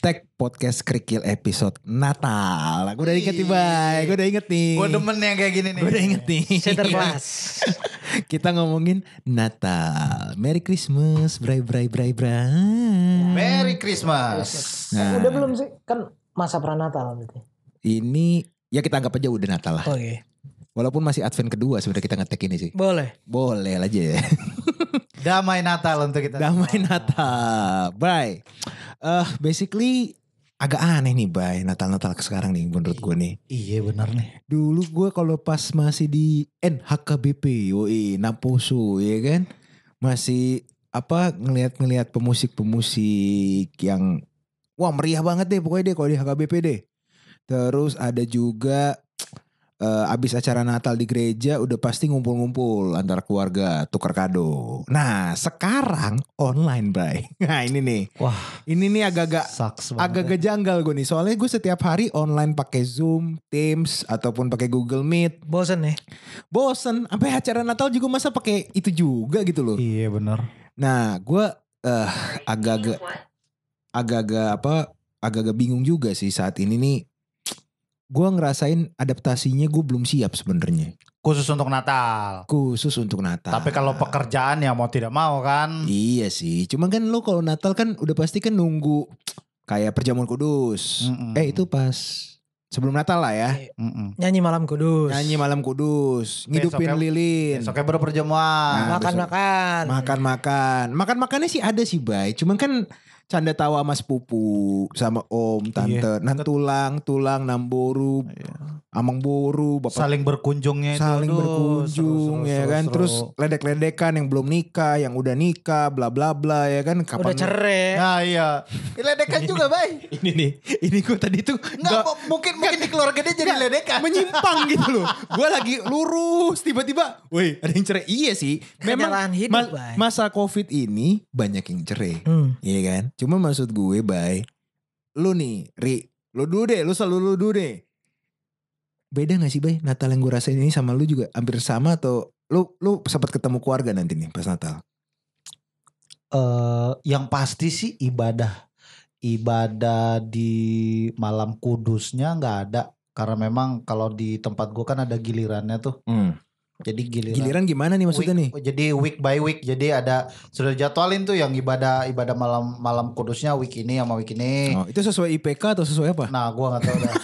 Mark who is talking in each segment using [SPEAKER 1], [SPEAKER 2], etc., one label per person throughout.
[SPEAKER 1] Hashtag podcast kerikil episode Natal. Gue udah inget nih, Bay. Gue udah inget nih.
[SPEAKER 2] Gue demen yang kayak gini nih.
[SPEAKER 1] Gue udah inget nih.
[SPEAKER 3] Sinterklas.
[SPEAKER 1] Kita ngomongin Natal. Merry Christmas, bray bray bray bray.
[SPEAKER 2] Merry Christmas.
[SPEAKER 1] Nah.
[SPEAKER 3] Udah belum sih? Kan masa pranatal berarti.
[SPEAKER 1] Ini ya kita anggap aja udah Natal lah.
[SPEAKER 3] Oke.
[SPEAKER 1] Walaupun masih Advent kedua sebenarnya kita ngetek ini sih.
[SPEAKER 3] iya. Boleh.
[SPEAKER 1] Boleh aja ya.
[SPEAKER 2] Damai Natal untuk kita.
[SPEAKER 1] Damai Natal. Bray. Eh basically agak aneh nih Bay Natal-Natal sekarang nih menurut gue nih.
[SPEAKER 2] Iya benar nih.
[SPEAKER 1] Dulu gue kalau pas masih di NHKBP, woi Naposo ya kan, masih apa ngelihat-ngelihat pemusik-pemusik yang wah meriah banget deh pokoknya deh kalau di HKBP deh. Terus ada juga eh, abis acara Natal di gereja udah pasti ngumpul-ngumpul antara keluarga tukar kado. Nah sekarang online Bray. Nah ini nih.
[SPEAKER 2] Wah.
[SPEAKER 1] Ini nih agak-agak
[SPEAKER 2] Saks banget.
[SPEAKER 1] agak-agak janggal gue nih soalnya gue setiap hari online pakai Zoom, Teams ataupun pakai Google Meet.
[SPEAKER 3] Bosen nih.
[SPEAKER 1] Bosen, sampai acara Natal juga masa pakai itu juga gitu loh.
[SPEAKER 2] Iya benar.
[SPEAKER 1] Nah, gue eh agak-agak agak-agak apa? Agak-agak bingung juga sih saat ini nih. Gue ngerasain adaptasinya gue belum siap sebenarnya.
[SPEAKER 2] Khusus untuk Natal.
[SPEAKER 1] Khusus untuk Natal.
[SPEAKER 2] Tapi kalau pekerjaan ya mau tidak mau kan.
[SPEAKER 1] Iya sih, cuman kan lo kalau Natal kan udah pasti kan nunggu kayak perjamuan kudus.
[SPEAKER 2] Mm-mm.
[SPEAKER 1] Eh itu pas sebelum Natal lah ya.
[SPEAKER 2] Mm-mm.
[SPEAKER 3] Nyanyi malam kudus.
[SPEAKER 1] Nyanyi malam kudus, ngidupin
[SPEAKER 2] Besoknya-
[SPEAKER 1] lilin.
[SPEAKER 2] Besoknya baru perjamuan.
[SPEAKER 1] Nah.
[SPEAKER 3] Makan-makan.
[SPEAKER 1] Makan-makan. Makan-makannya sih ada sih, Bay. Cuman kan canda tawa sama sepupu, sama om, tante, nan tulang, tulang, namboru, amang boru, bapak
[SPEAKER 2] Saling berkunjungnya itu.
[SPEAKER 1] saling
[SPEAKER 2] aduh,
[SPEAKER 1] berkunjung
[SPEAKER 2] seru, seru,
[SPEAKER 1] ya
[SPEAKER 2] seru,
[SPEAKER 1] kan.
[SPEAKER 2] seru.
[SPEAKER 1] Terus ledek-ledekan yang belum nikah, yang udah nikah, bla bla bla ya kan. Kapan
[SPEAKER 3] Udah cerai.
[SPEAKER 2] Nah iya. Ledekan juga bay.
[SPEAKER 1] Ini nih, ini gue tadi tuh
[SPEAKER 2] Enggak,
[SPEAKER 1] nggak
[SPEAKER 2] mungkin mungkin di keluarga dia jadi ledekan.
[SPEAKER 1] menyimpang gitu loh. Gue lagi lurus tiba-tiba, woi ada yang cerai. Iya sih, memang
[SPEAKER 3] Kenyataan Kan hidup,
[SPEAKER 1] ma-
[SPEAKER 3] Bay.
[SPEAKER 1] masa covid ini banyak yang cerai,
[SPEAKER 3] Hmm.
[SPEAKER 1] iya kan? Cuma maksud gue, bay, lu nih, ri, lu dulu deh, lu selalu lu dulu deh. Beda gak sih, bay? Natal yang gue rasain ini sama lu juga hampir sama atau lu lu sempat ketemu keluarga nanti nih pas Natal?
[SPEAKER 2] eh yang pasti sih ibadah ibadah di malam kudusnya nggak ada karena memang kalau di tempat gua kan ada gilirannya tuh jadi giliran,
[SPEAKER 1] Giliran gimana nih maksudnya nih?
[SPEAKER 2] week- oh, jadi week by week jadi ada sudah jadwalin tuh yang ibadah ibadah malam malam kudusnya week ini sama week ini
[SPEAKER 1] Oh, itu sesuai IPK atau sesuai apa?
[SPEAKER 2] nah gua nggak tahu dah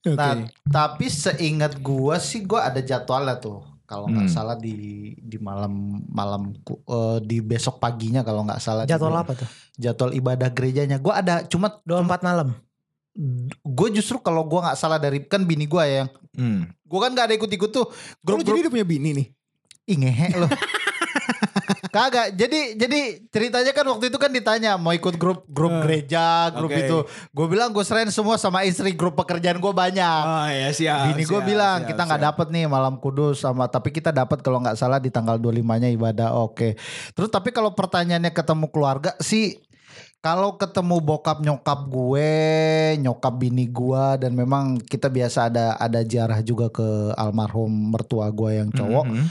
[SPEAKER 2] nah
[SPEAKER 1] Oke.
[SPEAKER 2] tapi seingat gua sih gua ada jadwalnya tuh kalau nggak
[SPEAKER 1] Hmm.
[SPEAKER 2] salah di di malam malam ku- eh, di besok paginya kalau nggak salah di-
[SPEAKER 3] Jadwal apa tuh?
[SPEAKER 2] jadwal ibadah gerejanya. Gue ada, cuma
[SPEAKER 3] 24 malam.
[SPEAKER 2] gue justru kalau gue nggak salah dari kan bini gue yang
[SPEAKER 1] Hmm.
[SPEAKER 2] gue kan nggak ada ikut-ikut tuh
[SPEAKER 1] Lu
[SPEAKER 2] grup
[SPEAKER 1] jadi
[SPEAKER 2] grup
[SPEAKER 1] udah punya bini nih?
[SPEAKER 2] ingehe loh. Kagak. Jadi jadi ceritanya kan waktu itu kan ditanya mau ikut grup grup
[SPEAKER 1] Eh,
[SPEAKER 2] gereja, grup
[SPEAKER 1] oke.
[SPEAKER 2] itu. Gue bilang gue serain semua sama istri grup pekerjaan gue banyak.
[SPEAKER 1] Oh ya siap.
[SPEAKER 2] Bini gue
[SPEAKER 1] siap,
[SPEAKER 2] bilang
[SPEAKER 1] siap,
[SPEAKER 2] kita nggak
[SPEAKER 1] siap.
[SPEAKER 2] dapet nih malam kudus sama tapi kita dapat kalau nggak salah di tanggal 25-nya ibadah. Oke. Terus tapi kalau pertanyaannya ketemu keluarga sih kalau ketemu bokap nyokap gue, nyokap bini gue dan memang kita biasa ada ada ziarah juga ke almarhum mertua gue yang cowok,
[SPEAKER 1] Mhm.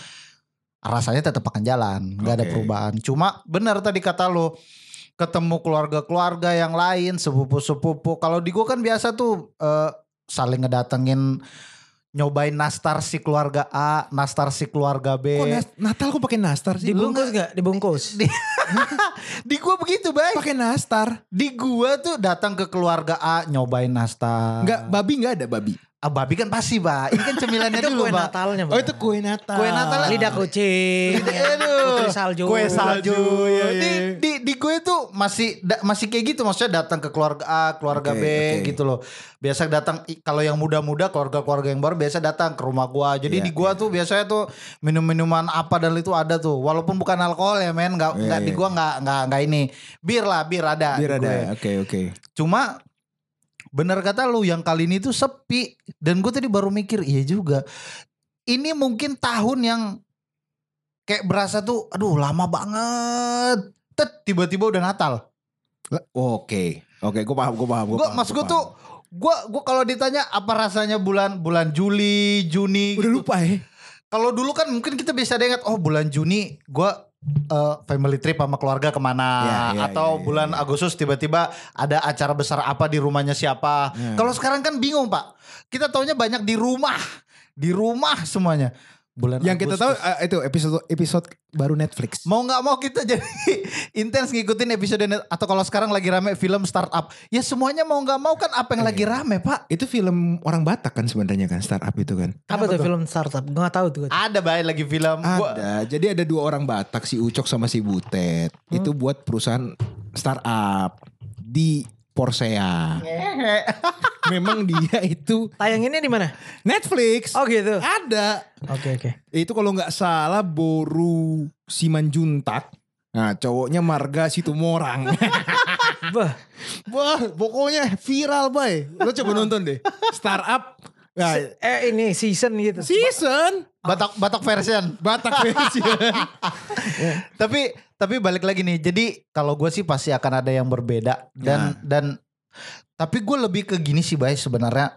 [SPEAKER 2] rasanya tetap akan jalan, nggak ada
[SPEAKER 1] Oke.
[SPEAKER 2] perubahan. Cuma benar tadi kata lo ketemu keluarga-keluarga yang lain, sepupu-sepupu. Kalau di gue kan biasa tuh eh, saling ngedatengin nyobain nastar si keluarga A, nastar si keluarga B.
[SPEAKER 1] Kok nas- Natal kok pakai nastar sih?
[SPEAKER 3] Dibungkus gak? Dibungkus.
[SPEAKER 2] di gue begitu, Bay.
[SPEAKER 1] pakai nastar.
[SPEAKER 2] Di gua tuh datang ke keluarga A nyobain nastar.
[SPEAKER 1] Enggak, babi enggak ada babi.
[SPEAKER 2] Ah, babi kan pasti, Ba. Ini kan cemilannya
[SPEAKER 3] itu
[SPEAKER 2] dulu,
[SPEAKER 3] kue
[SPEAKER 2] Ba.
[SPEAKER 3] Natalnya.
[SPEAKER 1] Oh
[SPEAKER 3] Bang.
[SPEAKER 1] itu kue Natal.
[SPEAKER 2] Kue Natal.
[SPEAKER 3] Lidah kucing.
[SPEAKER 2] Aduh.
[SPEAKER 3] Putri salju.
[SPEAKER 2] Kue ya, salju.
[SPEAKER 1] Iya, iya,
[SPEAKER 2] Di,
[SPEAKER 1] iya.
[SPEAKER 2] di, di gue tuh masih da- masih kayak gitu maksudnya datang ke keluarga A, keluarga
[SPEAKER 1] Oke,
[SPEAKER 2] B
[SPEAKER 1] oke.
[SPEAKER 2] gitu loh. Biasa datang i- kalau yang muda-muda keluarga-keluarga yang baru biasa datang ke rumah gua. Jadi
[SPEAKER 1] Iya,
[SPEAKER 2] di gua tuh biasanya tuh minum-minuman apa dan itu ada tuh. Walaupun bukan alkohol ya men, nggak
[SPEAKER 1] Iya,
[SPEAKER 2] nggak di
[SPEAKER 1] iya.
[SPEAKER 2] gua nggak nggak nggak ini. Bir lah, bir ada.
[SPEAKER 1] Bir ada.
[SPEAKER 2] di gue.
[SPEAKER 1] Oke, oke.
[SPEAKER 2] Cuma benar kata lu yang kali ini tuh sepi dan gue tadi baru mikir iya juga. Ini mungkin tahun yang kayak berasa tuh aduh lama banget. Tet tiba-tiba udah Natal.
[SPEAKER 1] Oke. Oke, gue paham, gue paham, gue
[SPEAKER 2] Gue maksud gue tuh gue gue kalau ditanya apa rasanya bulan bulan Juli Juni
[SPEAKER 1] udah
[SPEAKER 2] gitu.
[SPEAKER 1] lupa ya.
[SPEAKER 2] Kalau dulu kan mungkin kita bisa ada ingat oh bulan Juni gue eh, family trip sama keluarga kemana
[SPEAKER 1] Ya, ya,
[SPEAKER 2] atau
[SPEAKER 1] ya, ya,
[SPEAKER 2] bulan
[SPEAKER 1] ya.
[SPEAKER 2] Agustus tiba-tiba ada acara besar apa di rumahnya siapa.
[SPEAKER 1] Ya.
[SPEAKER 2] Kalau sekarang kan bingung pak, kita taunya banyak di rumah, di rumah semuanya. Bulan
[SPEAKER 1] Yang kita tahu
[SPEAKER 2] Agustus.
[SPEAKER 1] eh, itu episode episode baru Netflix.
[SPEAKER 2] Mau nggak mau kita jadi intens ngikutin episode net- atau kalau sekarang lagi rame film startup, ya semuanya mau nggak mau kan apa yang lagi
[SPEAKER 1] Iya.
[SPEAKER 2] rame pak?
[SPEAKER 1] Itu film orang Batak kan sebenarnya kan startup itu kan.
[SPEAKER 3] Apa tuh film startup? Gue gak tahu tuh.
[SPEAKER 2] Ada baik lagi film. Gua-
[SPEAKER 1] Ada. Jadi ada dua orang Batak si Ucok sama si Butet. Itu buat perusahaan startup di Porsea. Memang dia itu
[SPEAKER 3] Tayanginnya di mana?
[SPEAKER 1] Netflix.
[SPEAKER 3] Oh gitu.
[SPEAKER 1] Ada.
[SPEAKER 3] Oke oke.
[SPEAKER 1] Itu kalau nggak salah Boru Simanjuntak. Nah, cowoknya Marga Situmorang.
[SPEAKER 3] Bah,
[SPEAKER 1] Wah, pokoknya viral, bay. Lo coba nonton deh. Startup. Nah,
[SPEAKER 3] eh ini season gitu.
[SPEAKER 1] season
[SPEAKER 2] Batak Batak version.
[SPEAKER 1] Batak version.
[SPEAKER 2] tapi tapi balik lagi nih jadi kalau gue sih pasti akan ada yang berbeda dan dan tapi gue lebih ke gini sih bay sebenarnya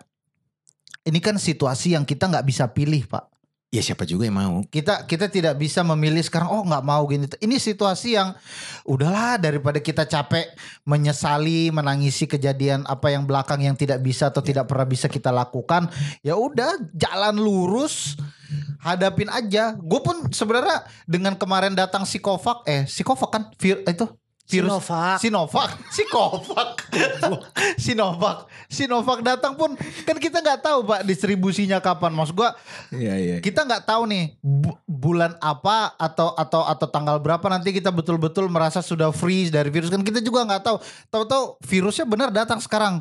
[SPEAKER 2] ini kan situasi yang kita nggak bisa pilih pak
[SPEAKER 1] ya siapa juga yang mau.
[SPEAKER 2] kita kita tidak bisa memilih sekarang oh nggak mau gini ini situasi yang udahlah daripada kita capek menyesali menangisi kejadian apa yang belakang yang tidak bisa atau tidak pernah bisa kita lakukan ya udah jalan lurus hadapin aja gue pun sebenarnya dengan kemarin datang si Kovac eh si Kovac kan vir, itu virus
[SPEAKER 3] Sinovac.
[SPEAKER 2] Sinovac, Sinovac, Sinovac, Sinovac datang pun kan kita nggak tahu pak distribusinya kapan. Maksud gua
[SPEAKER 1] Iya, iya.
[SPEAKER 2] kita nggak tahu nih bu- bulan apa atau atau atau tanggal berapa nanti kita betul-betul merasa sudah free dari virus kan kita juga nggak tahu tahu-tahu virusnya benar datang sekarang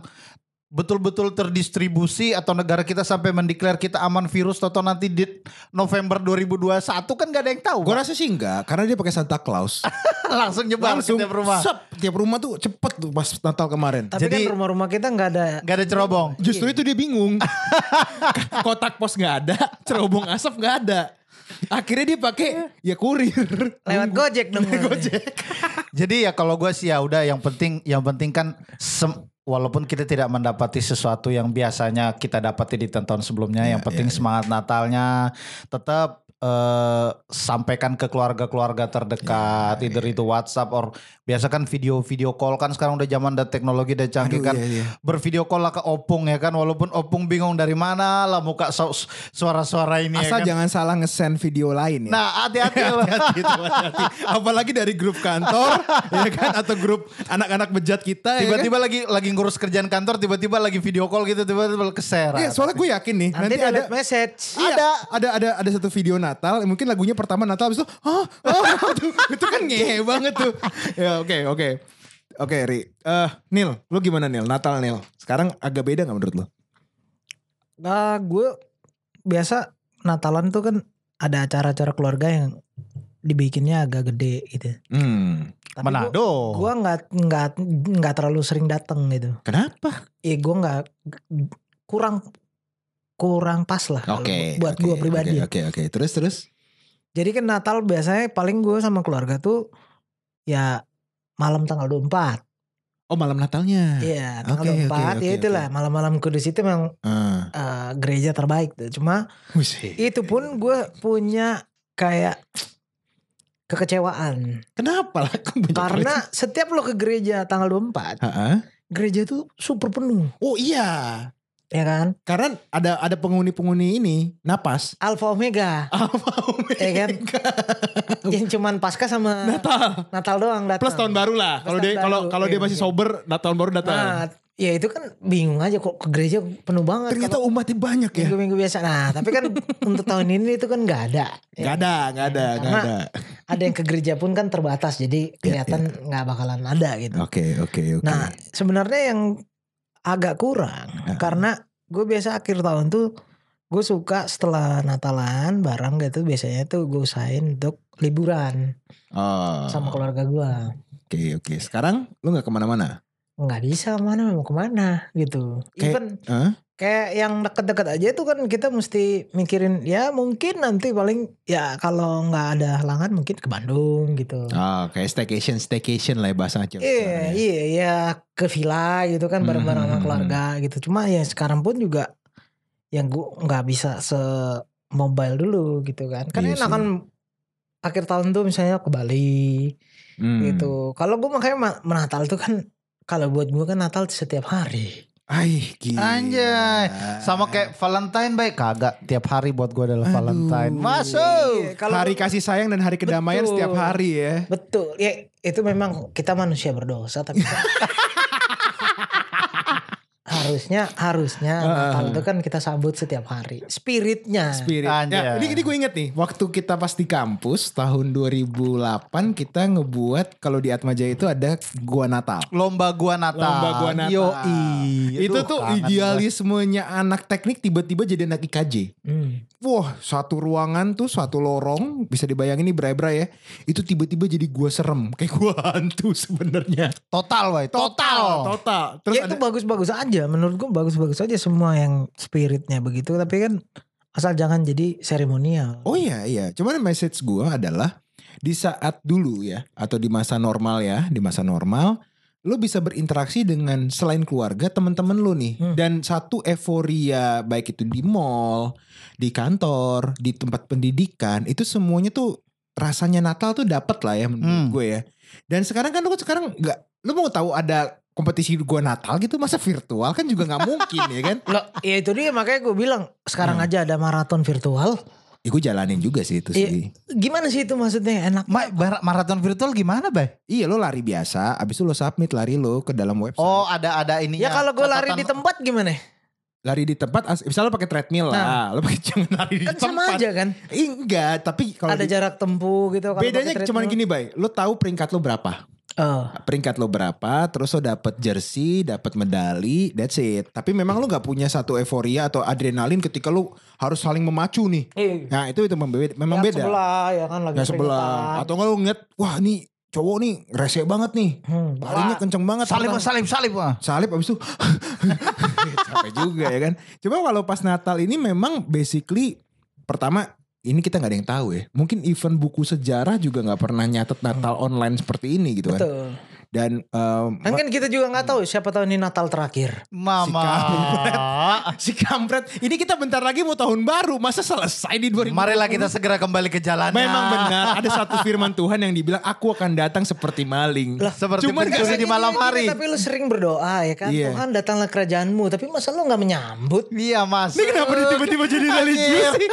[SPEAKER 2] betul-betul terdistribusi atau negara kita sampai mendeklar kita aman virus atau nanti di November 2021 kan nggak ada yang tahu
[SPEAKER 1] Gue
[SPEAKER 2] Pak.
[SPEAKER 1] rasa sih enggak, karena dia pakai Santa Claus.
[SPEAKER 2] langsung nyebar
[SPEAKER 1] Langsung
[SPEAKER 2] ke tiap rumah
[SPEAKER 1] sep, tiap rumah tuh cepet tuh pas Natal kemarin.
[SPEAKER 3] Tapi
[SPEAKER 2] Jadi-
[SPEAKER 3] kan rumah-rumah kita nggak ada.
[SPEAKER 2] nggak ada cerobong
[SPEAKER 1] Justru itu dia bingung. Kotak pos nggak ada, cerobong asap nggak ada. Akhirnya dia pakai ya kurir.
[SPEAKER 3] Lewat Gojek dong. Gojek.
[SPEAKER 2] Jadi ya kalau gue sih ya udah yang penting yang penting kan sem- walaupun kita tidak mendapati sesuatu yang biasanya kita dapati di tahun-tahun sebelumnya,
[SPEAKER 1] Iya,
[SPEAKER 2] yang penting semangat Natalnya tetap eh, sampaikan ke keluarga-keluarga terdekat,
[SPEAKER 1] Iya,
[SPEAKER 2] either itu WhatsApp or biasa kan video-video call kan sekarang udah zaman dan teknologi udah canggih
[SPEAKER 1] Aduh,
[SPEAKER 2] kan.
[SPEAKER 1] iya, iya.
[SPEAKER 2] Bervideo call lah ke Opung ya kan, walaupun Opung bingung dari mana lah muka so- suara-suara ini
[SPEAKER 1] Asal
[SPEAKER 2] ya kan.
[SPEAKER 1] jangan salah nge-send video lain ya.
[SPEAKER 2] Nah hati-hati loh.
[SPEAKER 1] Hati-hati, hati-hati. Apalagi dari grup kantor, ya kan? Atau grup anak-anak bejat kita, ya kan?
[SPEAKER 2] tiba-tiba lagi lagi ngurus kerjaan kantor tiba-tiba lagi video call gitu tiba-tiba keser
[SPEAKER 1] Iya, soalnya gue yakin nih
[SPEAKER 3] Nanti,
[SPEAKER 1] nanti, ada
[SPEAKER 3] ada message.
[SPEAKER 1] Iya, ada ada ada ada satu video Natal mungkin lagunya pertama Natal habis itu hah hah, itu, itu kan ngehe banget tuh ya oke oke oke Ri Eh, Nil lu gimana Nil Natal Nil sekarang agak beda nggak menurut lu
[SPEAKER 3] Nah, gue biasa Natalan tuh kan ada acara-acara keluarga yang dibikinnya agak gede gitu.
[SPEAKER 1] hmm
[SPEAKER 3] Tapi gua-
[SPEAKER 2] Manado
[SPEAKER 3] Gua nggak nggak nggak terlalu sering datang gitu.
[SPEAKER 1] kenapa
[SPEAKER 3] Ya gue nggak kurang kurang pas lah kalau buat
[SPEAKER 1] oke,
[SPEAKER 3] gue pribadi. ya.
[SPEAKER 1] oke oke oke. terus terus
[SPEAKER 3] Jadi kan Natal biasanya paling gue sama keluarga tuh ya malam tanggal 24.
[SPEAKER 1] oh malam Natalnya
[SPEAKER 3] Iya, tanggal
[SPEAKER 1] Oke, oke,
[SPEAKER 3] 24 ya
[SPEAKER 1] oke,
[SPEAKER 3] itulah malam-malam kudus itu memang
[SPEAKER 1] Ah.
[SPEAKER 3] eh, gereja terbaik tuh. Cuma
[SPEAKER 1] Wih, sih.
[SPEAKER 3] itu pun gue punya kayak kekecewaan
[SPEAKER 1] kenapa lah Kok banyak
[SPEAKER 3] karena setiap lo ke gereja tanggal 24
[SPEAKER 1] gereja? Ha-ha.
[SPEAKER 3] gereja tuh super penuh
[SPEAKER 1] oh iya
[SPEAKER 3] ya kan
[SPEAKER 1] karena ada ada penghuni-penghuni ini napas
[SPEAKER 3] alfa omega
[SPEAKER 1] apa Omega?
[SPEAKER 3] ya kan yang cuman pasca sama
[SPEAKER 1] Natal
[SPEAKER 3] Natal doang datang
[SPEAKER 1] Plus tahun baru lah.
[SPEAKER 3] Plus
[SPEAKER 1] Kalau
[SPEAKER 3] tahun
[SPEAKER 1] dia kalau
[SPEAKER 3] baru,
[SPEAKER 1] kalau dia
[SPEAKER 3] iya,
[SPEAKER 1] masih
[SPEAKER 3] iya.
[SPEAKER 1] sober, nah, tahun baru datang.
[SPEAKER 3] nah ya itu kan bingung aja kok ke gereja penuh banget
[SPEAKER 1] Ternyata
[SPEAKER 3] Kalau
[SPEAKER 1] umatnya banyak ya.
[SPEAKER 3] minggu-minggu biasa nah tapi kan untuk tahun ini itu kan nggak ada ya
[SPEAKER 1] Gak ada, gak ada, gak
[SPEAKER 3] Karena-
[SPEAKER 1] ada.
[SPEAKER 3] ada yang ke gereja pun kan terbatas
[SPEAKER 1] Iya,
[SPEAKER 3] jadi kelihatan nggak bakalan ada gitu
[SPEAKER 1] Oke, oke, oke.
[SPEAKER 3] Nah, sebenarnya yang agak kurang karena gue biasa akhir tahun tuh gue suka setelah Natalan barang gitu biasanya tuh gue usahain untuk liburan
[SPEAKER 1] Oh,
[SPEAKER 3] sama keluarga gue.
[SPEAKER 1] Oke, oke. Sekarang lu gak kemana-mana?
[SPEAKER 3] Nggak bisa mana mau kemana gitu.
[SPEAKER 1] Kayak-
[SPEAKER 3] Even
[SPEAKER 1] Hah?
[SPEAKER 3] kayak yang deket-deket aja tuh kan kita mesti mikirin ya mungkin nanti paling ya kalau nggak ada halangan mungkin ke Bandung gitu.
[SPEAKER 1] Oh, kayak staycation, staycation lah ya bahasa Aceh.
[SPEAKER 3] Iya, iya, iya ke villa gitu kan bareng-bareng sama
[SPEAKER 1] Hmm.
[SPEAKER 3] keluarga gitu. Cuma ya sekarang pun juga yang gua nggak bisa se mobile dulu gitu kan. Kan
[SPEAKER 1] Iya
[SPEAKER 3] enak kan akhir tahun tuh misalnya ke Bali
[SPEAKER 1] Hmm.
[SPEAKER 3] gitu. Kalau gue makanya ma- Natal tuh kan kalau buat gue kan Natal setiap hari.
[SPEAKER 1] Aih, gila.
[SPEAKER 2] Anjay. Sama kayak Valentine baik kagak tiap hari buat gua
[SPEAKER 1] Aduh.
[SPEAKER 2] adalah Valentine. Masuk.
[SPEAKER 3] Iya, kalau
[SPEAKER 1] hari kasih sayang dan hari kedamaian
[SPEAKER 3] Betul.
[SPEAKER 1] setiap hari ya.
[SPEAKER 3] Betul. Ya, itu memang kita manusia berdosa tapi kan. harusnya harusnya Natal itu kan kita sambut setiap hari. Spiritnya.
[SPEAKER 1] Spirit. Ya,
[SPEAKER 2] Anjay.
[SPEAKER 1] ini, ini gue inget nih, waktu kita pas di kampus tahun 2008 kita ngebuat kalau di Atmaja itu ada gua Natal.
[SPEAKER 2] Lomba gua Natal.
[SPEAKER 1] Lomba gua Natal.
[SPEAKER 2] Yoi.
[SPEAKER 1] itu
[SPEAKER 2] Aduh,
[SPEAKER 1] tuh
[SPEAKER 2] kangen gua.
[SPEAKER 1] idealismenya anak teknik tiba-tiba jadi anak IKJ.
[SPEAKER 3] Hmm.
[SPEAKER 1] Wah, satu ruangan tuh satu lorong bisa dibayangin nih berai-berai ya. Itu tiba-tiba jadi gua serem, kayak gua hantu sebenarnya.
[SPEAKER 2] Total, woy. Total.
[SPEAKER 1] total. Terus
[SPEAKER 3] ya itu bagus-bagus aja menurut gue bagus-bagus aja semua yang spiritnya begitu tapi kan asal jangan jadi seremonial.
[SPEAKER 1] Oh iya iya, cuman message gua adalah di saat dulu ya atau di masa normal ya, di masa normal lu bisa berinteraksi dengan selain keluarga teman-teman lu nih
[SPEAKER 3] Hmm.
[SPEAKER 1] dan satu euforia baik itu di mall, di kantor, di tempat pendidikan itu semuanya tuh rasanya Natal tuh dapat lah ya menurut
[SPEAKER 2] Hmm.
[SPEAKER 1] gue ya. Dan sekarang kan lu sekarang nggak lu mau tahu ada kompetisi gua Natal gitu masa virtual kan juga nggak mungkin ya kan?
[SPEAKER 3] Loh, ya itu dia makanya gue bilang sekarang
[SPEAKER 1] Hmm.
[SPEAKER 3] aja ada maraton virtual.
[SPEAKER 1] Ya gue jalanin juga sih itu
[SPEAKER 3] Iya.
[SPEAKER 1] sih.
[SPEAKER 3] Gimana sih itu maksudnya enak?
[SPEAKER 2] Ma, bar- maraton virtual gimana, Bay?
[SPEAKER 1] Iya lo lari biasa, abis itu lo submit lari lo ke dalam website.
[SPEAKER 2] Oh, ada ada ininya.
[SPEAKER 1] Iya,
[SPEAKER 3] Ya, kalau gue lari
[SPEAKER 2] catatan-
[SPEAKER 3] di tempat gimana?
[SPEAKER 1] Lari di tempat, as- misalnya lo pakai treadmill lah, lo pakai jangan lari di
[SPEAKER 3] Kan
[SPEAKER 1] tempat.
[SPEAKER 3] sama aja kan.
[SPEAKER 1] Ih, Nah. enggak, tapi kalau
[SPEAKER 3] ada
[SPEAKER 1] di-
[SPEAKER 3] jarak tempuh gitu. kalau
[SPEAKER 1] bedanya
[SPEAKER 3] pakai
[SPEAKER 1] cuman gini
[SPEAKER 3] treadmill.
[SPEAKER 1] bay, lo tahu peringkat lo berapa?
[SPEAKER 3] Oh.
[SPEAKER 1] Peringkat lo berapa, terus lo dapet jersey, dapet medali, that's it. Tapi memang lo nggak punya satu euforia atau adrenalin ketika lo harus saling memacu nih.
[SPEAKER 3] Iya.
[SPEAKER 1] Nah itu itu memang beda. Memang
[SPEAKER 3] Yang
[SPEAKER 1] beda.
[SPEAKER 3] Sebelah ya kan lagi
[SPEAKER 1] Yang sebelah.
[SPEAKER 3] keringetan.
[SPEAKER 1] Atau nggak lo ngeliat, wah nih cowok nih rese banget nih,
[SPEAKER 3] Hmm.
[SPEAKER 1] larinya kenceng banget.
[SPEAKER 2] Salib,
[SPEAKER 1] Padahal-
[SPEAKER 2] salib, salib. ah.
[SPEAKER 1] salib abis itu capek juga ya kan. Coba kalau pas Natal ini memang basically pertama ini kita nggak ada yang tahu ya. Mungkin event buku sejarah juga nggak pernah nyatet Natal online seperti ini gitu kan.
[SPEAKER 3] Betul.
[SPEAKER 1] Dan ehm, em,
[SPEAKER 3] Kan kan kita juga nggak tahu siapa tahu ini Natal terakhir.
[SPEAKER 2] Mama.
[SPEAKER 1] si kampret ini kita bentar lagi mau tahun baru masa selesai di 2020.
[SPEAKER 2] Marilah kita segera kembali ke jalannya.
[SPEAKER 1] Memang benar ada satu firman Tuhan yang dibilang aku akan datang seperti maling.
[SPEAKER 3] Lah,
[SPEAKER 2] Seperti
[SPEAKER 1] Cuman nggak
[SPEAKER 2] pencuri di
[SPEAKER 3] Gini,
[SPEAKER 2] malam
[SPEAKER 3] gini,
[SPEAKER 2] hari.
[SPEAKER 3] Tapi lu sering berdoa ya kan.
[SPEAKER 1] Iya.
[SPEAKER 3] Tuhan datanglah kerajaanmu. Tapi masa lu nggak menyambut?
[SPEAKER 2] Iya mas.
[SPEAKER 1] Ini kenapa dia tiba-tiba jadi religius sih?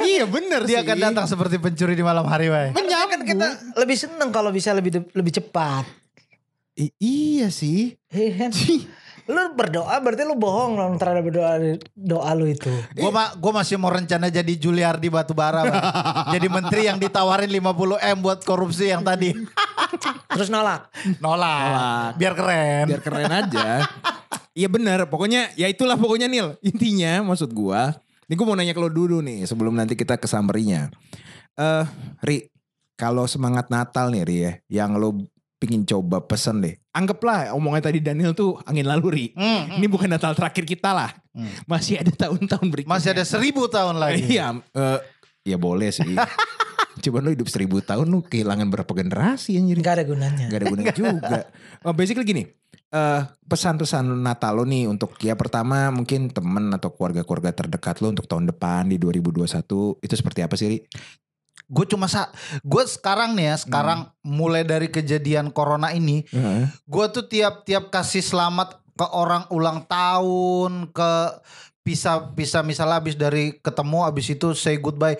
[SPEAKER 1] iya bener
[SPEAKER 2] iya Dia
[SPEAKER 1] sih.
[SPEAKER 2] akan datang seperti pencuri di malam hari, Bay.
[SPEAKER 3] Harusnya kan kita lebih seneng kalau bisa lebih lebih cepat.
[SPEAKER 1] I- iya sih.
[SPEAKER 3] Iya kan?
[SPEAKER 1] Cih.
[SPEAKER 3] lu berdoa berarti lu bohong dong terhadap doa doa lu itu.
[SPEAKER 2] Gue ma gua masih mau rencana jadi Juliardi Batubara, Bay. jadi menteri yang ditawarin 50 m buat korupsi yang tadi
[SPEAKER 3] Terus nolak.
[SPEAKER 2] nolak.
[SPEAKER 1] Nolak.
[SPEAKER 2] Biar keren.
[SPEAKER 1] biar keren aja. Iya benar, pokoknya ya itulah pokoknya Nil. Intinya maksud gua, ini gua mau nanya ke lo dulu nih sebelum nanti kita ke summary-nya. Eh, Ri, kalau semangat Natal nih Ri ya, yang lo pingin coba pesen deh. Anggaplah omongan tadi Daniel tuh angin lalu Ri.
[SPEAKER 2] Hmm, hmm.
[SPEAKER 1] Ini bukan Natal terakhir kita lah.
[SPEAKER 2] Hmm.
[SPEAKER 1] Masih ada tahun-tahun berikutnya.
[SPEAKER 2] Masih ada seribu tahun lagi.
[SPEAKER 1] Iya, eh, ya boleh sih. Cuman lo hidup seribu tahun lo kehilangan berapa generasi anjir.
[SPEAKER 3] Gak ada gunanya.
[SPEAKER 1] Gak ada gunanya juga. Oh, basically gini, eh, pesan-pesan Natal lo nih untuk ya pertama mungkin temen atau keluarga-keluarga terdekat lo untuk tahun depan di 2021 itu seperti apa sih Ri?
[SPEAKER 2] Gue cuma sa, gue sekarang nih ya, sekarang
[SPEAKER 1] Hmm.
[SPEAKER 2] mulai dari kejadian corona ini, gue tuh tiap-tiap kasih selamat ke orang ulang tahun, ke pisah-pisah misalnya abis dari ketemu abis itu say goodbye.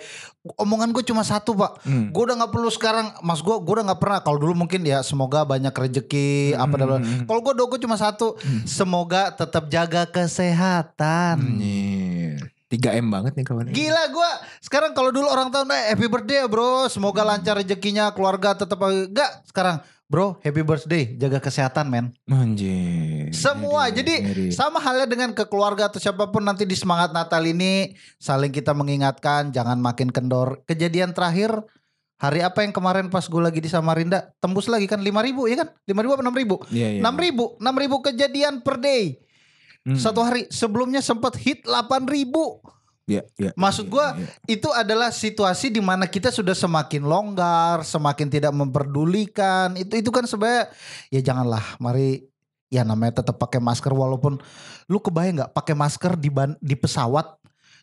[SPEAKER 2] Omongan gue cuma satu pak,
[SPEAKER 1] Hmm.
[SPEAKER 2] gue udah nggak perlu sekarang mas gue gue udah nggak pernah kalau dulu mungkin ya semoga banyak rezeki apa dan
[SPEAKER 1] Hmm.
[SPEAKER 2] kalau gue doa gue cuma satu
[SPEAKER 1] Hmm.
[SPEAKER 2] semoga tetap jaga
[SPEAKER 1] iya.
[SPEAKER 2] kesehatan
[SPEAKER 1] Anjir. 3M banget nih kawan.
[SPEAKER 2] gila gue sekarang kalau dulu orang tahun eh, happy birthday ya, bro semoga
[SPEAKER 1] Hmm.
[SPEAKER 2] lancar rezekinya keluarga tetap enggak sekarang bro happy birthday jaga kesehatan men
[SPEAKER 1] Anjir. Iya,
[SPEAKER 2] semua
[SPEAKER 1] Ngeri,
[SPEAKER 2] jadi
[SPEAKER 1] ngeri.
[SPEAKER 2] sama halnya dengan ke keluarga atau siapapun nanti di semangat Natal ini saling kita mengingatkan jangan makin kendor kejadian terakhir hari apa yang kemarin pas gue lagi di Samarinda tembus lagi kan 5.000 ribu ya kan 5.000 ribu apa enam ribu
[SPEAKER 1] Iya, iya.
[SPEAKER 2] enam ribu enam ribu kejadian per day
[SPEAKER 1] Hmm.
[SPEAKER 2] satu hari sebelumnya sempat hit 8.000 ribu
[SPEAKER 1] Iya, iya,
[SPEAKER 2] Maksud
[SPEAKER 1] iya,
[SPEAKER 2] gua,
[SPEAKER 1] iya.
[SPEAKER 2] itu adalah situasi di mana kita sudah semakin longgar, semakin tidak memperdulikan. Itu itu kan sebenarnya ya janganlah, mari ya namanya tetap pakai masker walaupun lu kebayang nggak pakai masker di ban- di pesawat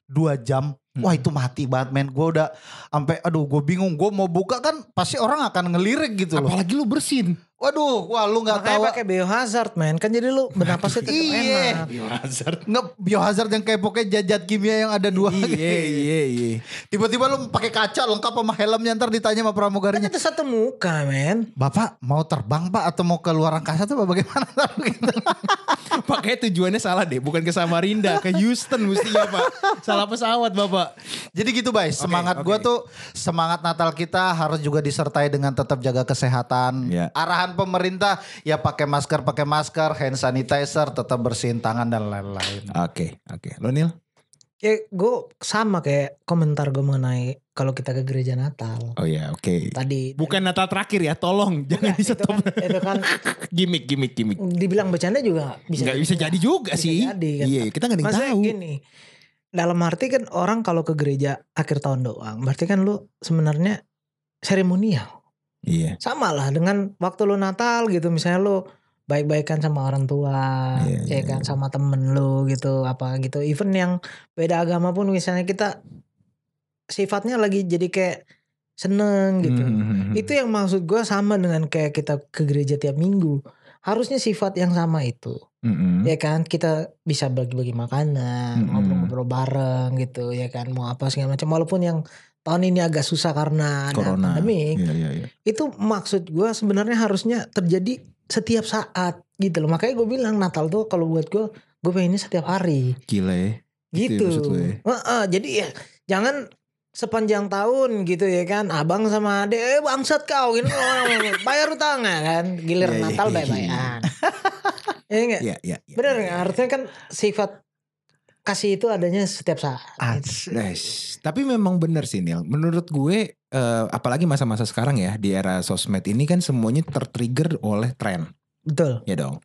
[SPEAKER 2] dua jam Wah itu mati banget men. Gue udah sampai aduh gue bingung. Gue mau buka kan pasti orang akan ngelirik gitu loh.
[SPEAKER 1] Apalagi lu bersin.
[SPEAKER 2] Waduh, wah lu nggak
[SPEAKER 3] Makanya
[SPEAKER 2] tahu.
[SPEAKER 3] pakai biohazard men. Kan jadi lu bernapasnya tetap
[SPEAKER 2] Iya.
[SPEAKER 3] enak.
[SPEAKER 1] Biohazard.
[SPEAKER 2] Nggak biohazard yang kayak pokoknya jajat kimia yang ada dua. gitu.
[SPEAKER 1] Iya, iya, iya.
[SPEAKER 2] Tiba-tiba lu pakai kaca lengkap sama helmnya ntar ditanya sama
[SPEAKER 3] Kan
[SPEAKER 2] pramugarinya.
[SPEAKER 3] itu satu muka men.
[SPEAKER 2] Bapak mau terbang pak atau mau ke luar angkasa tuh Pak? bagaimana? Gitu.
[SPEAKER 1] Pakai tujuannya salah deh, bukan ke Samarinda, ke Houston mestinya Pak. Salah pesawat Bapak.
[SPEAKER 2] Jadi gitu
[SPEAKER 1] Oke,
[SPEAKER 2] guys, semangat
[SPEAKER 1] oke.
[SPEAKER 2] gua tuh semangat Natal kita harus juga disertai dengan tetap jaga kesehatan.
[SPEAKER 1] Iya.
[SPEAKER 2] Arahan pemerintah ya pakai masker, pakai masker, hand sanitizer, tetap bersihin tangan dan lain-lain.
[SPEAKER 1] Oke, oke. Lo Nil?
[SPEAKER 3] Ya gue sama kayak komentar gue mengenai kalau kita ke gereja Natal.
[SPEAKER 1] Oh iya, oke.
[SPEAKER 3] Tadi.
[SPEAKER 1] Bukan Natal terakhir ya, tolong jangan di
[SPEAKER 3] itu
[SPEAKER 1] stop.
[SPEAKER 3] kan, itu kan
[SPEAKER 1] gimik, gimik, gimik.
[SPEAKER 3] dibilang bercanda juga bisa
[SPEAKER 1] Nggak bisa jadi juga
[SPEAKER 3] Bisa
[SPEAKER 1] sih.
[SPEAKER 3] jadi, kan.
[SPEAKER 1] Iya, kita nggak ada yang
[SPEAKER 3] Maksudnya
[SPEAKER 1] tahu.
[SPEAKER 3] gini, dalam arti kan orang kalau ke gereja akhir tahun doang, berarti kan lu sebenarnya seremonial.
[SPEAKER 1] Iya,
[SPEAKER 3] Sama lah dengan waktu lu Natal gitu, misalnya lu baik-baikan sama orang tua,
[SPEAKER 1] Iya,
[SPEAKER 3] ya
[SPEAKER 1] iya,
[SPEAKER 3] kan sama temen lu gitu, apa gitu. Even yang beda agama pun misalnya kita sifatnya lagi jadi kayak seneng gitu.
[SPEAKER 1] Mhm.
[SPEAKER 3] Itu yang maksud gue sama dengan kayak kita ke gereja tiap minggu. Harusnya sifat yang sama itu
[SPEAKER 1] Mhm.
[SPEAKER 3] ya kan kita bisa bagi-bagi makanan
[SPEAKER 1] Mm-mm.
[SPEAKER 3] ngobrol-ngobrol bareng gitu ya kan mau apa segala macam walaupun yang tahun ini agak susah karena ada
[SPEAKER 1] Corona.
[SPEAKER 3] pandemi
[SPEAKER 1] Iya, iya, iya.
[SPEAKER 3] itu maksud gua sebenarnya harusnya terjadi setiap saat gitu loh makanya gue bilang Natal tuh kalau buat gue gue pengennya setiap hari
[SPEAKER 1] Gila ya. Gitu ya
[SPEAKER 3] gitu
[SPEAKER 1] maksud lu ya?
[SPEAKER 3] Heeh, jadi ya jangan sepanjang tahun gitu ya kan abang sama adek eh bangsat kau gitu bayar utang ya kan gilir
[SPEAKER 1] Iya, iya,
[SPEAKER 3] Natal
[SPEAKER 1] iya, iya.
[SPEAKER 3] bye-byean Iya nggak?
[SPEAKER 1] Iya, iya. iya.
[SPEAKER 3] Bener nggak? Artinya kan sifat kasih itu adanya setiap saat.
[SPEAKER 2] Ats.
[SPEAKER 1] Nice. Tapi memang bener sih Nil. Menurut gue, eh, apalagi masa-masa sekarang ya di era sosmed ini kan semuanya tertrigger oleh tren,
[SPEAKER 3] Betul.
[SPEAKER 1] ya dong.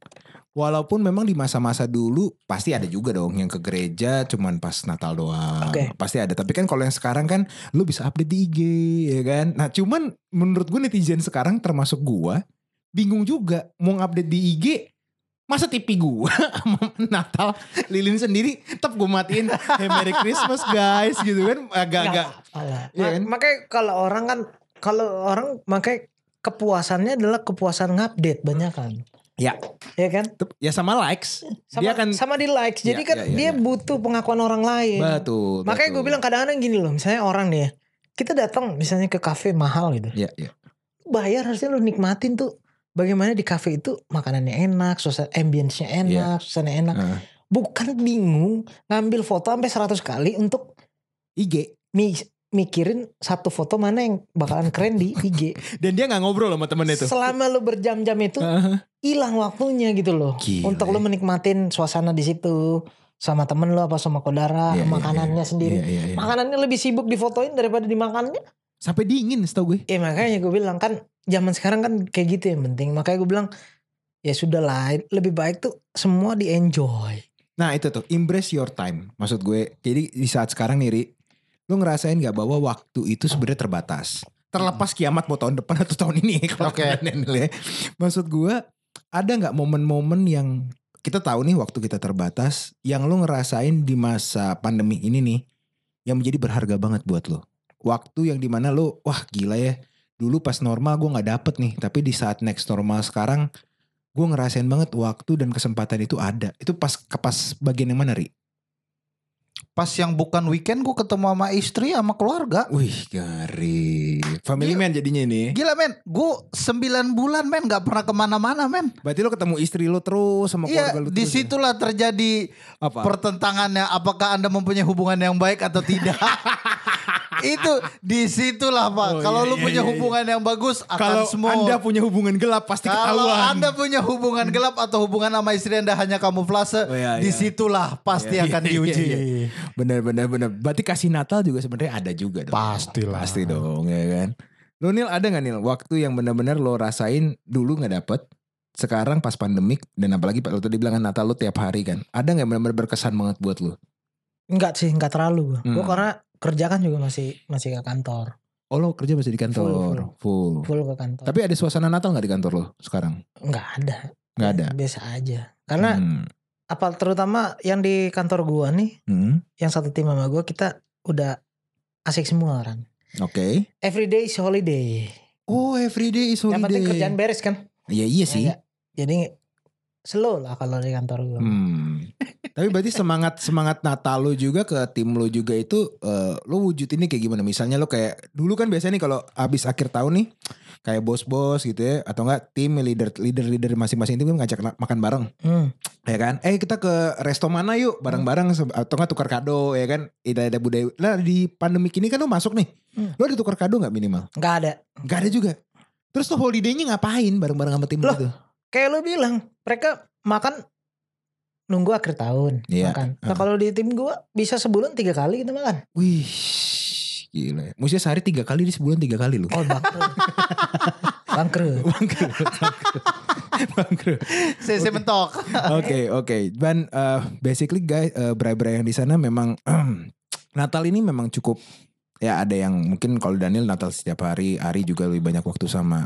[SPEAKER 1] Walaupun memang di masa-masa dulu pasti ada juga dong yang ke gereja cuman pas Natal doang.
[SPEAKER 3] Oke.
[SPEAKER 1] Pasti ada. Tapi kan kalau yang sekarang kan lu bisa update di IG, ya kan. Nah cuman menurut gue netizen sekarang termasuk gue bingung juga mau update di IG masa TV gue sama Natal lilin sendiri tetap gue matiin hey, Merry Christmas guys gitu kan agak-agak
[SPEAKER 3] apa lah.
[SPEAKER 1] Iya kan?
[SPEAKER 3] Makanya kalau orang kan kalau orang makanya kepuasannya adalah kepuasan ngupdate banyak kan.
[SPEAKER 1] ya
[SPEAKER 3] Ya kan?
[SPEAKER 1] tep- ya sama likes
[SPEAKER 3] Sama,
[SPEAKER 1] dia kan
[SPEAKER 3] sama di likes. Jadi
[SPEAKER 1] Iya,
[SPEAKER 3] kan
[SPEAKER 1] iya, iya,
[SPEAKER 3] dia
[SPEAKER 1] iya.
[SPEAKER 3] butuh pengakuan orang lain.
[SPEAKER 1] betul
[SPEAKER 3] Iya. Makanya
[SPEAKER 1] betul.
[SPEAKER 3] gue bilang kadang-kadang gini loh, misalnya orang nih ya, kita datang misalnya ke kafe mahal gitu.
[SPEAKER 1] ya ya
[SPEAKER 3] Bayar harusnya lu nikmatin tuh bagaimana di kafe itu makanannya enak, suasana ambience-nya enak, suasana enak.
[SPEAKER 1] Iya. Heeh.
[SPEAKER 3] Bukan bingung ngambil foto sampai 100 kali untuk
[SPEAKER 1] IG
[SPEAKER 3] mi mikirin satu foto mana yang bakalan keren di IG.
[SPEAKER 1] dan dia nggak ngobrol sama temennya tuh
[SPEAKER 3] Selama lu berjam-jam itu
[SPEAKER 1] Heeh.
[SPEAKER 3] hilang waktunya gitu loh.
[SPEAKER 1] Gila, ya.
[SPEAKER 3] Untuk lu menikmatin suasana di situ sama temen lu apa sama saudara,
[SPEAKER 1] Iya, iya,
[SPEAKER 3] makanannya sendiri.
[SPEAKER 1] Iya, iya, iya.
[SPEAKER 3] Makanannya lebih sibuk difotoin daripada dimakannya.
[SPEAKER 1] sampai dingin setahu gue
[SPEAKER 3] Ya makanya gue bilang kan zaman sekarang kan kayak gitu yang penting. Makanya gue bilang ya sudah lah lebih baik tuh semua di enjoy.
[SPEAKER 1] Nah itu tuh embrace your time maksud gue. Jadi di saat sekarang nih Ri, lu ngerasain nggak bahwa waktu itu sebenarnya terbatas. Terlepas kiamat mau tahun depan atau tahun ini kalau
[SPEAKER 2] Oke.
[SPEAKER 1] kata Daniel ya. Maksud gue ada nggak momen-momen yang kita tahu nih waktu kita terbatas yang lu ngerasain di masa pandemi ini nih yang menjadi berharga banget buat lo. Waktu yang dimana lu wah gila ya. Dulu pas normal gue nggak dapet nih, tapi di saat next normal sekarang gue ngerasain banget waktu dan kesempatan itu ada. Itu pas pas bagian yang mana Ri?
[SPEAKER 2] Pas yang bukan weekend gue ketemu sama istri sama keluarga.
[SPEAKER 1] Wih Gary, family
[SPEAKER 2] Gila.
[SPEAKER 1] man jadinya nih.
[SPEAKER 2] Gila men, gue 9 bulan men gak pernah kemana-mana men.
[SPEAKER 1] Berarti lo ketemu istri lo terus sama
[SPEAKER 2] Iya,
[SPEAKER 1] keluarga lo
[SPEAKER 2] di
[SPEAKER 1] terus ya?
[SPEAKER 2] situlah terjadi
[SPEAKER 1] apa?
[SPEAKER 2] pertentangannya apakah anda mempunyai hubungan yang baik atau tidak itu disitulah pak
[SPEAKER 1] Oh,
[SPEAKER 2] kalau
[SPEAKER 1] iya,
[SPEAKER 2] lu
[SPEAKER 1] iya,
[SPEAKER 2] punya
[SPEAKER 1] iya, iya.
[SPEAKER 2] hubungan yang bagus akan
[SPEAKER 1] Kalau
[SPEAKER 2] smooth
[SPEAKER 1] anda punya hubungan gelap pasti
[SPEAKER 2] kalau
[SPEAKER 1] ketahuan. Hmm.
[SPEAKER 2] anda punya hubungan gelap atau hubungan sama istri anda hanya kamuflase
[SPEAKER 1] Oh, iya, iya.
[SPEAKER 2] disitulah pasti
[SPEAKER 1] Iya,
[SPEAKER 2] akan
[SPEAKER 1] iya, iya,
[SPEAKER 2] diuji
[SPEAKER 1] iya. Bener bener bener. Berarti kasih Natal juga sebenarnya ada juga dong.
[SPEAKER 2] pastilah
[SPEAKER 1] Pasti dong ya kan. Lo Nil ada gak Nil waktu yang benar-benar lo rasain dulu gak dapet. Sekarang pas pandemik dan apalagi lo tadi bilang kan Natal lo tiap hari kan. Ada gak benar-benar berkesan banget buat lo?
[SPEAKER 3] Enggak sih, enggak terlalu gue. Gue
[SPEAKER 1] Hmm.
[SPEAKER 3] karena kerja kan juga masih masih ke kantor,
[SPEAKER 1] Oh lo kerja masih di kantor?
[SPEAKER 3] Full,
[SPEAKER 1] Full.
[SPEAKER 3] full ke kantor.
[SPEAKER 1] Tapi ada suasana Natal gak di kantor lo sekarang?
[SPEAKER 3] Enggak ada.
[SPEAKER 1] Gak ada?
[SPEAKER 3] Biasa aja. Karena
[SPEAKER 1] Hmm.
[SPEAKER 3] apa terutama yang di kantor gua nih,
[SPEAKER 1] Hmm.
[SPEAKER 3] yang satu tim sama gua kita udah asik semua orang.
[SPEAKER 1] Oke.
[SPEAKER 3] Everyday is holiday.
[SPEAKER 1] Oh everyday is
[SPEAKER 3] Yang
[SPEAKER 1] holiday.
[SPEAKER 3] penting kerjaan beres kan.
[SPEAKER 1] Iya iya sih.
[SPEAKER 3] Ya, ya. Jadi slow lah kalau di kantor gue.
[SPEAKER 1] Hmm. Tapi berarti semangat semangat Natal lu juga ke tim lu juga itu eh, lu wujud ini kayak gimana? Misalnya lu kayak dulu kan biasanya nih kalau abis akhir tahun nih kayak bos-bos gitu ya atau enggak tim leader leader leader masing-masing tim kan ngajak na- makan bareng
[SPEAKER 3] Hmm.
[SPEAKER 1] ya kan? Eh kita ke resto mana yuk bareng-bareng se- atau enggak tukar kado ya kan? Tidak ada budaya. Lah di pandemi ini kan lu masuk nih.
[SPEAKER 3] Hmm.
[SPEAKER 1] Lu ada tukar kado nggak minimal?
[SPEAKER 3] Nggak ada.
[SPEAKER 1] Nggak ada juga. Terus tuh holiday-nya ngapain bareng-bareng sama tim lu
[SPEAKER 3] Loh.
[SPEAKER 1] tuh?
[SPEAKER 3] Kayak lu bilang mereka makan nunggu akhir tahun
[SPEAKER 1] Iya.
[SPEAKER 3] makan. Nah, kalau di tim gue bisa sebulan tiga kali kita makan.
[SPEAKER 1] Wih, gila. ya. Maksudnya sehari tiga kali di sebulan tiga kali lu.
[SPEAKER 3] Oh bangkrut. bangkrut.
[SPEAKER 1] Bangkrut, bangkrut. Bangkrut.
[SPEAKER 2] Saya mentok.
[SPEAKER 1] Oke, oke. Dan eh, basically guys, eh, bray-bray yang di sana memang Natal ini memang cukup ya ada yang mungkin kalau Daniel Natal setiap hari, Ari juga lebih banyak waktu sama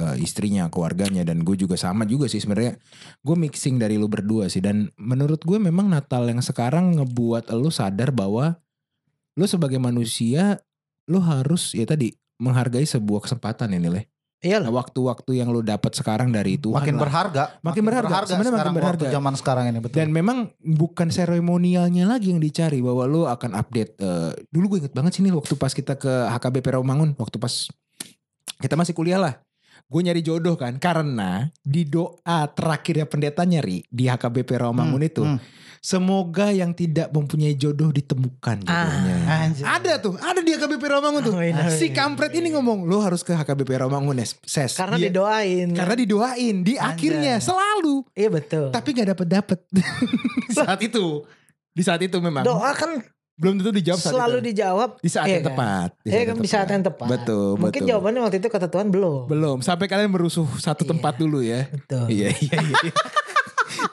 [SPEAKER 1] eh, istrinya, keluarganya dan gue juga sama juga sih sebenarnya. Gue mixing dari lu berdua sih dan menurut gue memang Natal yang sekarang ngebuat lu sadar bahwa lu sebagai manusia lu harus ya tadi menghargai sebuah kesempatan ini leh.
[SPEAKER 3] Iya
[SPEAKER 1] Nah,
[SPEAKER 3] lah.
[SPEAKER 1] waktu-waktu yang lu dapat sekarang dari Tuhan
[SPEAKER 2] Makin
[SPEAKER 1] lah.
[SPEAKER 2] berharga.
[SPEAKER 1] berharga, sebenarnya makin
[SPEAKER 2] sekarang
[SPEAKER 1] berharga.
[SPEAKER 2] waktu zaman sekarang ini betul.
[SPEAKER 1] Dan memang bukan seremonialnya lagi yang dicari bahwa lu akan update. eh, dulu gue inget banget sini waktu pas kita ke HKBP Rawamangun, waktu pas kita masih kuliah lah. Gue nyari jodoh kan karena di doa terakhirnya pendeta nyari di HKBP Rawamangun
[SPEAKER 2] Hmm,
[SPEAKER 1] itu,
[SPEAKER 2] hmm.
[SPEAKER 1] semoga yang tidak mempunyai jodoh
[SPEAKER 2] Ah.
[SPEAKER 1] ditemukan jodohnya.
[SPEAKER 2] Anjir.
[SPEAKER 1] Ada tuh, ada di HKBP Rawamangun
[SPEAKER 2] Oh,
[SPEAKER 1] tuh.
[SPEAKER 3] Amin,
[SPEAKER 2] iya,
[SPEAKER 3] amin.
[SPEAKER 1] Si kampret ini ngomong, lu harus ke HKBP Rawamangun, Nes- ses.
[SPEAKER 3] Karena
[SPEAKER 1] Dia-
[SPEAKER 3] didoain.
[SPEAKER 1] Iya. karena didoain di akhirnya selalu
[SPEAKER 3] Iya betul.
[SPEAKER 1] tapi nggak dapet dapet di saat itu di saat itu memang
[SPEAKER 3] Doa kan
[SPEAKER 1] belum tentu dijawab saat
[SPEAKER 3] selalu
[SPEAKER 1] itu.
[SPEAKER 3] dijawab.
[SPEAKER 1] di saat yang
[SPEAKER 3] Iya kan?
[SPEAKER 1] tepat
[SPEAKER 3] Iya kan di saat yang tepat.
[SPEAKER 1] betul
[SPEAKER 3] Mungkin
[SPEAKER 1] betul.
[SPEAKER 3] jawabannya waktu itu kata Tuhan belum.
[SPEAKER 1] belum sampai kalian merusuh satu
[SPEAKER 3] Iya.
[SPEAKER 1] tempat dulu ya
[SPEAKER 3] Betul.
[SPEAKER 1] iya iya iya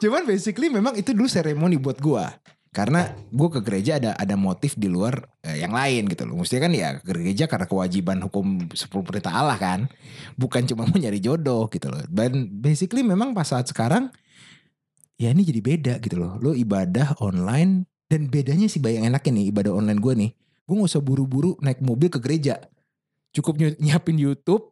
[SPEAKER 1] cuman basically memang itu dulu seremoni buat gua
[SPEAKER 3] Ya.
[SPEAKER 1] karena gue ke gereja ada ada motif di luar eh, yang lain gitu loh. Mestinya kan ya ke gereja karena kewajiban hukum 10 perintah Allah kan. Bukan cuma mau nyari jodoh gitu loh. Dan basically memang pas saat sekarang ya ini jadi beda gitu loh. Lo ibadah online dan bedanya sih banyak enaknya nih ibadah online gue nih. Gue gak usah buru-buru naik mobil ke gereja. Cukup nyu- nyiapin YouTube,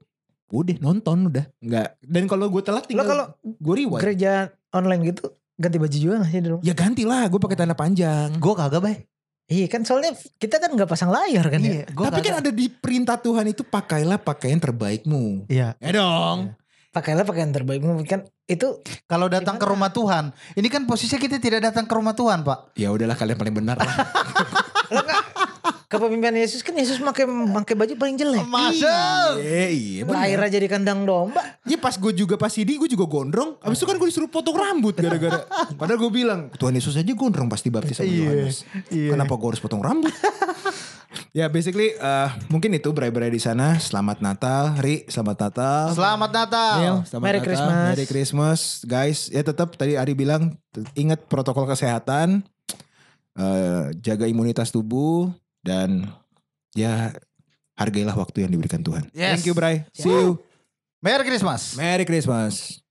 [SPEAKER 1] udah nonton udah. Enggak. Dan kalau gue telat
[SPEAKER 3] Lo
[SPEAKER 1] tinggal
[SPEAKER 3] kalau
[SPEAKER 1] gue rewind.
[SPEAKER 3] gereja online gitu ganti baju juga gak sih di rumah?
[SPEAKER 1] Ya gantilah, gue pakai tanda panjang.
[SPEAKER 2] Gue kagak bay.
[SPEAKER 3] Iya kan soalnya kita kan nggak pasang layar kan ya.
[SPEAKER 2] Iya. Gua
[SPEAKER 1] Tapi kan
[SPEAKER 2] kagak.
[SPEAKER 1] ada di perintah Tuhan itu pakailah pakaian terbaikmu.
[SPEAKER 2] Iya.
[SPEAKER 1] Ya dong.
[SPEAKER 3] Pakailah pakaian terbaik kan itu
[SPEAKER 2] Kalau datang ke
[SPEAKER 3] Gimana?
[SPEAKER 2] rumah Tuhan, ini kan posisinya kita tidak datang ke rumah Tuhan, Pak.
[SPEAKER 1] Ya udahlah kalian paling benar lah.
[SPEAKER 3] lo kan kepemimpinan Yesus kan Yesus pakai pakai baju paling jelek.
[SPEAKER 2] Masuk.
[SPEAKER 1] Iya, iya benar.
[SPEAKER 3] Lahir aja di kandang domba.
[SPEAKER 1] Iya pas gue juga pas ini gue juga gondrong. Abis itu kan gue disuruh potong rambut gara-gara. Padahal gue bilang Tuhan Yesus aja gondrong pasti baptis sama
[SPEAKER 2] Iya,
[SPEAKER 1] Yohanes.
[SPEAKER 2] iya.
[SPEAKER 1] Kenapa gue harus potong rambut? ya basically eh, mungkin itu berai-berai di sana. Selamat Natal, Ri. Selamat Natal.
[SPEAKER 2] Selamat
[SPEAKER 1] Neil,
[SPEAKER 2] Natal.
[SPEAKER 1] selamat
[SPEAKER 3] Merry
[SPEAKER 1] Natal,
[SPEAKER 3] Christmas.
[SPEAKER 1] Merry Christmas, guys. Ya tetap tadi Ari bilang t- ingat protokol kesehatan, eh, jaga imunitas tubuh dan ya hargailah waktu yang diberikan Tuhan.
[SPEAKER 2] Yes.
[SPEAKER 1] Thank you, Bray. See you.
[SPEAKER 2] Merry Christmas.
[SPEAKER 1] Merry Christmas.